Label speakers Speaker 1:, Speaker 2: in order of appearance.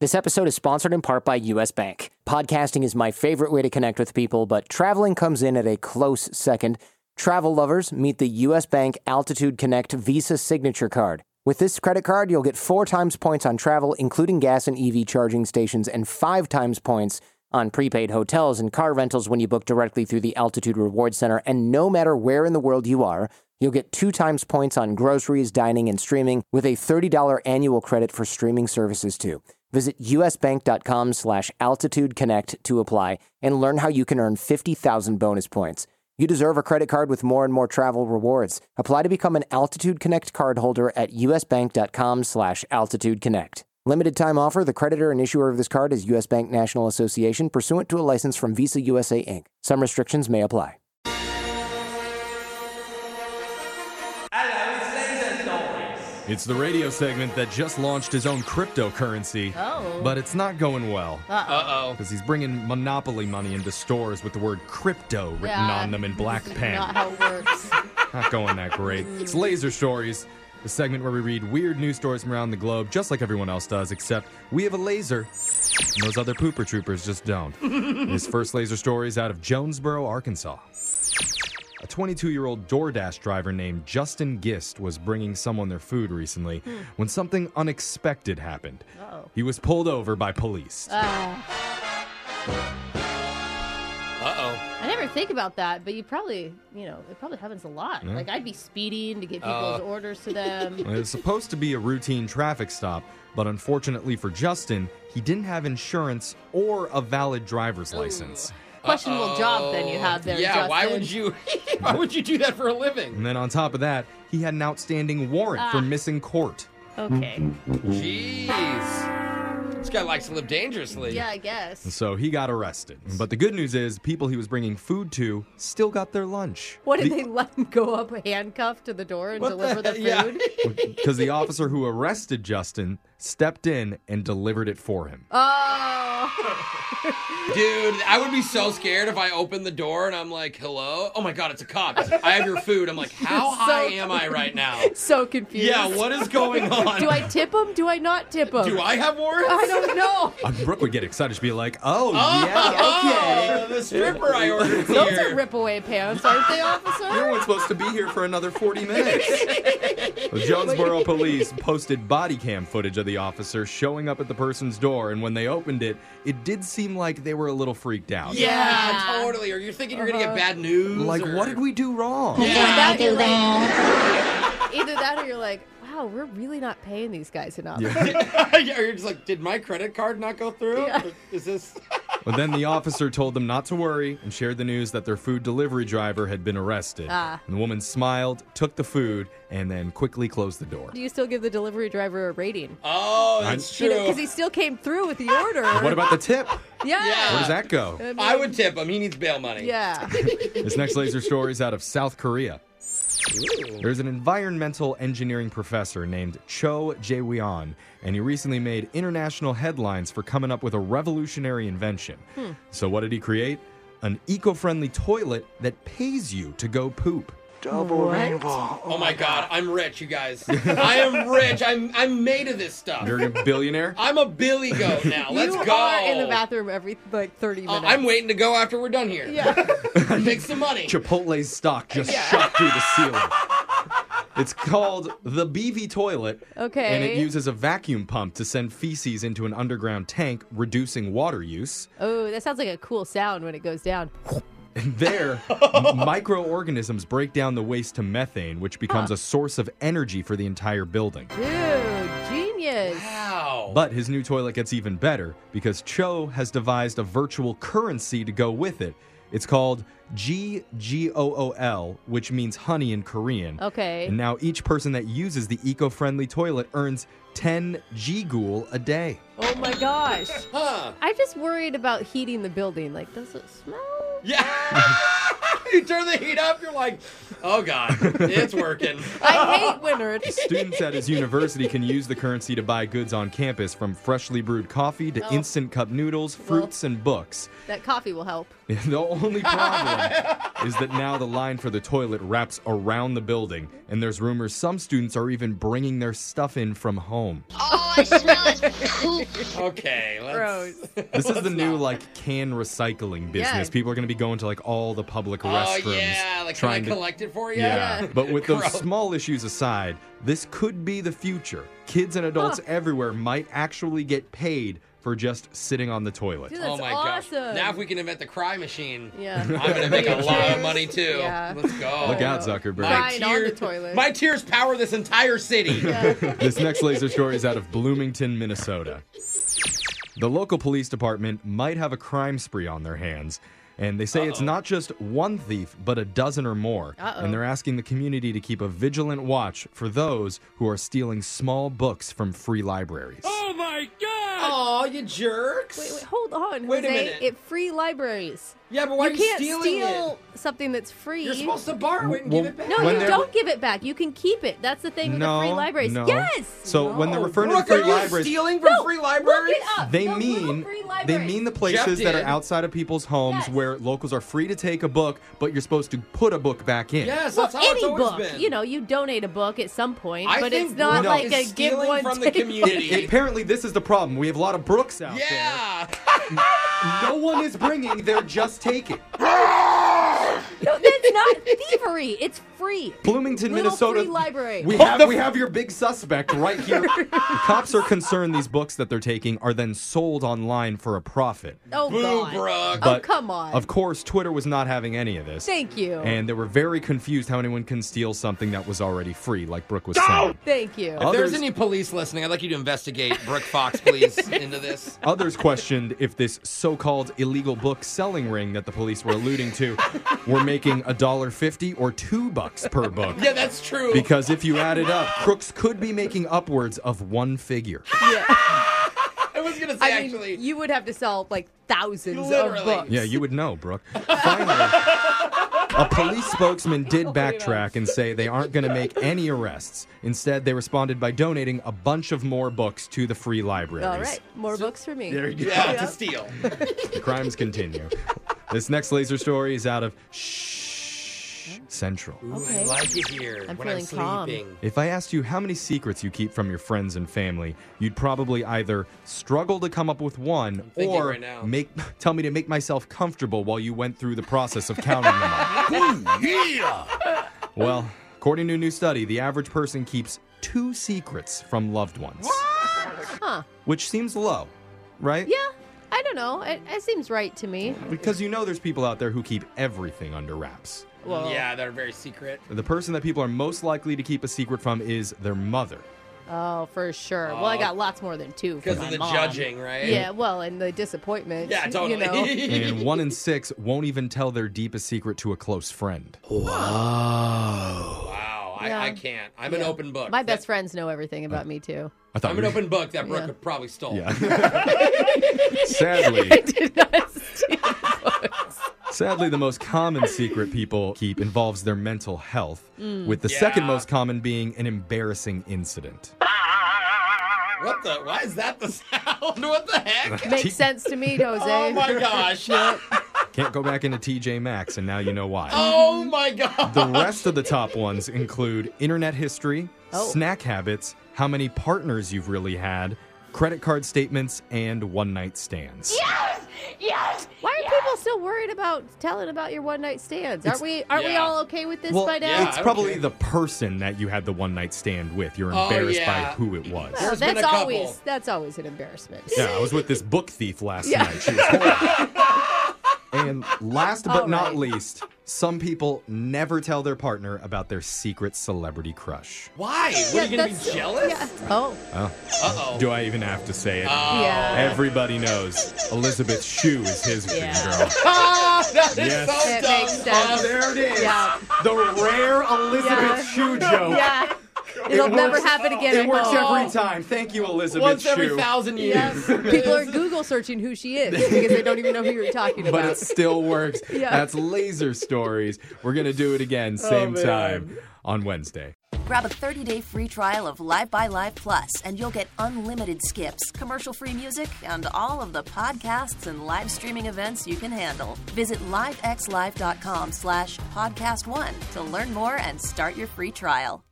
Speaker 1: This episode is sponsored in part by US Bank. Podcasting is my favorite way to connect with people, but traveling comes in at a close second. Travel lovers, meet the US Bank Altitude Connect Visa Signature Card. With this credit card, you'll get four times points on travel, including gas and EV charging stations, and five times points on prepaid hotels and car rentals when you book directly through the Altitude Reward Center. And no matter where in the world you are, you'll get two times points on groceries, dining, and streaming with a $30 annual credit for streaming services too. Visit usbank.com slash altitudeconnect to apply and learn how you can earn 50,000 bonus points. You deserve a credit card with more and more travel rewards. Apply to become an Altitude Connect cardholder at usbank.com slash altitudeconnect. Limited time offer. The creditor and issuer of this card is U.S. Bank National Association, pursuant to a license from Visa USA Inc. Some restrictions may apply.
Speaker 2: Hello, it's Laser Noise.
Speaker 3: It's the radio segment that just launched his own cryptocurrency,
Speaker 4: Oh.
Speaker 3: but it's not going well
Speaker 2: Uh oh.
Speaker 3: because he's bringing monopoly money into stores with the word crypto written
Speaker 4: Yeah,
Speaker 3: on them in black
Speaker 4: this is
Speaker 3: pen.
Speaker 4: Not how it works.
Speaker 3: Not going that great. It's Laser Stories, the segment where we read weird news stories from around the globe, just like everyone else does, except we have a laser. And those other pooper troopers just don't. His first laser story is out of Jonesboro, Arkansas. A 22 year old DoorDash driver named Justin Gist was bringing someone their food recently when something unexpected happened.
Speaker 4: Uh-oh.
Speaker 3: He was pulled over by police.
Speaker 4: Ah,
Speaker 2: Uh
Speaker 4: I never think about that, but you probably, you know, it probably happens a lot. Like I'd be speeding to get
Speaker 2: Uh,
Speaker 4: people's orders to them.
Speaker 3: It was supposed to be a routine traffic stop, but unfortunately for Justin, he didn't have insurance or a valid driver's license.
Speaker 4: Questionable job then you have
Speaker 2: oh.
Speaker 4: there.
Speaker 2: Yeah, why
Speaker 4: Justin.
Speaker 2: would you? why would you do that for a living?
Speaker 3: And then on top of that, he had an outstanding warrant for missing court.
Speaker 4: Okay.
Speaker 2: Jeez. This guy likes to live dangerously.
Speaker 4: Yeah, I guess.
Speaker 3: So he got arrested. But the good news is, people he was bringing food to still got their lunch.
Speaker 4: What did they let him go up handcuffed to the door and deliver the,
Speaker 2: yeah.
Speaker 4: food?
Speaker 3: Because the officer who arrested Justin stepped in and delivered it for him.
Speaker 4: Oh,
Speaker 2: Dude, I would be so scared if I opened the door and I'm like, hello? Oh my god, it's a cop. I have your food. I'm like, how
Speaker 4: So-
Speaker 2: high am I right now?
Speaker 4: so confused.
Speaker 2: Yeah, what is going on?
Speaker 4: Do I tip him? Do I not tip him?
Speaker 2: Do I have warrants?
Speaker 4: I don't know.
Speaker 3: Uh, Brooke would get excited. She'd be like, oh,
Speaker 2: Oh,
Speaker 3: yeah, okay.
Speaker 2: the stripper I ordered
Speaker 4: Those
Speaker 2: here.
Speaker 4: are rip away pants, aren't they,
Speaker 3: You
Speaker 4: officer?
Speaker 3: weren't supposed to be here for another 40 minutes. The Jonesboro police posted body cam footage of the officer showing up at the person's door, and when they opened it, it did seem like they were a little freaked out.
Speaker 2: yeah,
Speaker 4: Yeah. Uh-huh.
Speaker 2: totally. Or you're thinking you're gonna get bad news.
Speaker 3: Like,
Speaker 2: or-
Speaker 3: what did we do wrong?
Speaker 2: Yeah.
Speaker 4: that, do that. either that or you're like, wow, we're really not paying these guys enough.
Speaker 2: yeah, you're just like, did my credit card not go through?
Speaker 4: Yeah.
Speaker 2: Is this?
Speaker 3: But then the officer told them not to worry and shared the news that their food delivery driver had been arrested.
Speaker 4: Ah.
Speaker 3: And the woman smiled, took the food, and then quickly closed the door.
Speaker 4: Do you still give the delivery driver a rating?
Speaker 2: Oh, that's
Speaker 4: You
Speaker 2: true.
Speaker 4: know, because he still came through with the order.
Speaker 3: What about the tip?
Speaker 4: yeah.
Speaker 2: Yeah.
Speaker 3: Where does that go?
Speaker 4: mean,
Speaker 2: I would tip him. He needs bail money.
Speaker 4: Yeah.
Speaker 3: This next laser story is out of South Korea. There's an environmental engineering professor named Cho Jae-weon, and he recently made international headlines for coming up with a revolutionary invention. So what did he create? An eco-friendly toilet that pays you to go poop.
Speaker 5: Double rainbow.
Speaker 2: Oh my God, I'm rich, you guys. I am rich. I'm I'm made of this stuff.
Speaker 3: You're a billionaire?
Speaker 2: I'm a Billy goat now. Let's
Speaker 4: you
Speaker 2: go.
Speaker 4: are in the bathroom every like 30
Speaker 2: Uh,
Speaker 4: minutes.
Speaker 2: I'm waiting to go after we're done here.
Speaker 4: Yeah.
Speaker 2: Make some money.
Speaker 3: Chipotle's stock just shot through the ceiling. It's called the BV toilet.
Speaker 4: Okay.
Speaker 3: And it uses a vacuum pump to send feces into an underground tank, reducing water use.
Speaker 4: Oh, that sounds like a cool sound when it goes down.
Speaker 3: And there, m- microorganisms break down the waste to methane, which becomes a source of energy for the entire building.
Speaker 4: Dude, genius.
Speaker 2: Wow.
Speaker 3: But his new toilet gets even better because Cho has devised a virtual currency to go with it. It's called GGOOL, which means honey in Korean.
Speaker 4: Okay.
Speaker 3: And now each person that uses the eco friendly toilet earns 10 Ghoul a day.
Speaker 4: Oh my gosh.
Speaker 2: huh.
Speaker 4: I'm just worried about heating the building. Like, does it smell?
Speaker 2: Yeah. you turn the heat up, you're like, oh god, it's working.
Speaker 6: I hate Winard.
Speaker 3: Students at his university can use the currency to buy goods on campus, from freshly brewed coffee to instant cup noodles, fruits, and books.
Speaker 4: That coffee will help.
Speaker 3: The only problem is that now the line for the toilet wraps around the building, and there's rumors some students are even bringing their stuff in from home.
Speaker 7: Oh, it smells poop.
Speaker 2: Okay, let's.
Speaker 6: Gross.
Speaker 3: This is the new like can recycling business.
Speaker 4: Yeah.
Speaker 3: People are going to be going to like all the public
Speaker 2: Oh
Speaker 3: restrooms,
Speaker 2: yeah, like can I
Speaker 3: trying to
Speaker 2: collect it for you?
Speaker 3: Yeah. But with those
Speaker 2: Gross.
Speaker 3: small issues aside, this could be the future. Kids and adults everywhere might actually get paid for just sitting on the toilet.
Speaker 4: Dude,
Speaker 2: Oh
Speaker 4: that's
Speaker 2: my gosh!
Speaker 4: awesome.
Speaker 2: Now if we can invent the cry machine,
Speaker 4: Yeah.
Speaker 2: I'm gonna make a lot of
Speaker 4: Cheers.
Speaker 2: money too.
Speaker 4: Yeah.
Speaker 2: Let's go.
Speaker 3: Look out,
Speaker 2: My
Speaker 3: Zuckerberg.
Speaker 4: Crying on the toilet.
Speaker 2: my tears power this entire city.
Speaker 3: this next laser story is out of Bloomington, Minnesota. The local police department might have a crime spree on their hands. And they say it's not just one thief, but a dozen or more.
Speaker 4: Uh-oh.
Speaker 3: And they're asking the community to keep a vigilant watch for those who are stealing small books from free libraries.
Speaker 2: Oh, you jerks!
Speaker 6: Wait, wait, hold on.
Speaker 2: Wait a
Speaker 6: Jose.
Speaker 2: minute.
Speaker 6: It free libraries.
Speaker 2: Yeah, but why
Speaker 6: you
Speaker 2: are
Speaker 6: can't
Speaker 2: stealing
Speaker 6: steal something that's
Speaker 2: it?
Speaker 6: free.
Speaker 2: You're supposed to borrow it and
Speaker 3: Well,
Speaker 2: give it back.
Speaker 4: No,
Speaker 3: When
Speaker 4: you
Speaker 3: they're-
Speaker 4: don't give it back. You can keep it. That's the thing with the free libraries.
Speaker 3: no.
Speaker 4: Yes.
Speaker 3: So when they're referring
Speaker 2: Brooke,
Speaker 3: to the
Speaker 2: are
Speaker 3: free
Speaker 2: you
Speaker 3: libraries,
Speaker 2: stealing from free
Speaker 4: Look
Speaker 2: libraries?
Speaker 4: it up.
Speaker 3: they
Speaker 4: The little
Speaker 3: mean
Speaker 4: free
Speaker 3: they
Speaker 4: libraries.
Speaker 3: mean the places that are
Speaker 2: did.
Speaker 3: outside of people's homes
Speaker 4: Yes.
Speaker 3: where locals are free to take a book, but you're supposed to put a book back in.
Speaker 2: Yes,
Speaker 4: Well,
Speaker 2: that's how
Speaker 4: any
Speaker 2: it's always
Speaker 4: book,
Speaker 2: been.
Speaker 4: you know, you donate a book at some point,
Speaker 2: I
Speaker 4: but
Speaker 2: think
Speaker 4: it's not
Speaker 3: Brooke
Speaker 4: like
Speaker 2: is
Speaker 4: a give
Speaker 2: stealing
Speaker 4: one
Speaker 2: from the
Speaker 4: take one.
Speaker 2: community.
Speaker 3: Apparently, this is the problem. We have a lot of Brooks out
Speaker 2: yeah.
Speaker 3: there. No one is bringing; they're just taking.
Speaker 4: No, that's not thievery. It's free.
Speaker 3: Bloomington,
Speaker 4: Little
Speaker 3: Minnesota.
Speaker 4: free library.
Speaker 3: We have we have your big suspect right here. The cops are concerned these books that they're taking are then sold online for a profit.
Speaker 4: Oh
Speaker 2: Boo,
Speaker 4: God.
Speaker 2: Brooke.
Speaker 4: Oh come on.
Speaker 3: Of course, Twitter was not having any of this.
Speaker 4: Thank you.
Speaker 3: and they were very confused how anyone can steal something that was already free, like Brooke was saying.
Speaker 4: Thank you.
Speaker 3: Oh.
Speaker 2: If there's
Speaker 3: Others-
Speaker 2: any police listening, I'd like you to investigate Brooke Fox, please, into this.
Speaker 3: Others questioned if this so-called illegal book selling ring that the police were alluding to were making a dollar fifty or two bucks per book.
Speaker 2: Yeah, that's true.
Speaker 3: Because if you add it up, crooks could be making upwards of one figure.
Speaker 2: I was gonna say
Speaker 6: I mean,
Speaker 2: actually.
Speaker 6: you would have to sell like thousands
Speaker 2: Literally.
Speaker 6: of books.
Speaker 3: Yeah, you would know, Brooke. Finally, a police spokesman did backtrack and say they aren't going to make any arrests. Instead, they responded by donating a bunch of more books to the free libraries.
Speaker 6: All right, more books for me.
Speaker 2: yeah, to steal.
Speaker 3: The crimes continue. this next laser story is out of Shh Central.
Speaker 2: I
Speaker 4: Okay.
Speaker 2: like it here
Speaker 4: I'm
Speaker 2: when I'm
Speaker 4: feeling calm.
Speaker 2: sleeping.
Speaker 3: If I asked you how many secrets you keep from your friends and family, you'd probably either struggle to come up with one
Speaker 2: thinking
Speaker 3: or
Speaker 2: right now.
Speaker 3: make tell me to make myself comfortable while you went through the process of counting them all. Well, according to a new study, the average person keeps two secrets from loved ones. Which seems low, right?
Speaker 4: Yeah. I don't know. It, it seems right to me.
Speaker 3: Because you know there's people out there who keep everything under wraps.
Speaker 4: Well,
Speaker 2: Yeah, they're very secret.
Speaker 3: The person that people are most likely to keep a secret from is their mother.
Speaker 4: Oh, for sure. well, I got lots more than two
Speaker 2: Uh, Because
Speaker 4: from
Speaker 2: of
Speaker 4: my
Speaker 2: the
Speaker 4: mom.
Speaker 2: judging, right?
Speaker 4: Yeah. Well, and the disappointment.
Speaker 2: Yeah, totally.
Speaker 4: You know.
Speaker 3: And one in six won't even tell their deepest secret to a close friend.
Speaker 2: wow, I,
Speaker 4: Yeah.
Speaker 2: I can't. I'm an
Speaker 4: Yeah.
Speaker 2: open book.
Speaker 4: My best friends know everything about me too.
Speaker 3: I thought
Speaker 2: I'm
Speaker 3: we
Speaker 2: an
Speaker 3: were-
Speaker 2: open book that Brooke
Speaker 4: Yeah.
Speaker 2: probably stole.
Speaker 3: Yeah. sadly,
Speaker 4: Did not steal.
Speaker 3: sadly, the most common secret people keep involves their mental health, with the second
Speaker 2: Mm. Yeah.
Speaker 3: most common being an embarrassing incident.
Speaker 2: What the? Why is that the sound? What the heck?
Speaker 3: T-
Speaker 4: Makes sense to me, Jose.
Speaker 2: Oh my gosh.
Speaker 3: Can't go back into TJ Maxx, and now you know why.
Speaker 2: Oh my god.
Speaker 3: The rest of the top ones include internet history,
Speaker 4: Oh.
Speaker 3: snack habits, how many partners you've really had, credit card statements, and one night stands.
Speaker 4: Why are people still worried about telling about your one night stands? Aren't we aren't we
Speaker 2: yeah.
Speaker 4: all okay with this
Speaker 3: Well,
Speaker 4: by now?
Speaker 2: yeah,
Speaker 3: it's
Speaker 2: I don't
Speaker 3: probably
Speaker 2: care.
Speaker 3: the person that you had the one night stand with. You're
Speaker 2: Oh,
Speaker 3: embarrassed by
Speaker 2: yeah.
Speaker 3: who it was.
Speaker 4: Well,
Speaker 2: There's been
Speaker 4: that's
Speaker 2: a couple.
Speaker 4: always that's always an embarrassment.
Speaker 3: Yeah, I was with this book thief last
Speaker 4: Yeah.
Speaker 3: night. She was horrible. and last but
Speaker 4: All
Speaker 3: not
Speaker 4: right.
Speaker 3: least, some people never tell their partner about their secret celebrity crush.
Speaker 2: Why? What are you gonna be
Speaker 4: that's-
Speaker 2: jealous?
Speaker 4: Oh,
Speaker 2: Uh oh.
Speaker 3: Do I even have to say it?
Speaker 4: yeah.
Speaker 3: Everybody knows Elizabeth Shue is his dream girl.
Speaker 2: Ah, that is
Speaker 3: Yes.
Speaker 2: so
Speaker 4: It
Speaker 2: dumb.
Speaker 4: makes
Speaker 2: Bob.
Speaker 4: sense.
Speaker 3: it Oh, is.
Speaker 4: Yeah.
Speaker 3: The rare Elizabeth Shue joke.
Speaker 4: Yeah.
Speaker 6: It'll
Speaker 3: It
Speaker 6: never
Speaker 3: works-
Speaker 6: happen again.
Speaker 3: It works
Speaker 6: Oh.
Speaker 3: every time. Thank you, Elizabeth.
Speaker 2: Once every
Speaker 3: Shue.
Speaker 2: thousand years.
Speaker 6: People are Google searching who she is because they don't even know who you're talking
Speaker 3: but
Speaker 6: about.
Speaker 3: it still works.
Speaker 6: Yeah.
Speaker 3: That's laser stories. We're gonna do it again, same
Speaker 2: man.
Speaker 3: time on Wednesday.
Speaker 8: Grab a 30-day free trial of Live by Live Plus, and you'll get unlimited skips, commercial-free music, and all of the podcasts and live streaming events you can handle. Visit livexlive.com slash podcast one to learn more and start your free trial.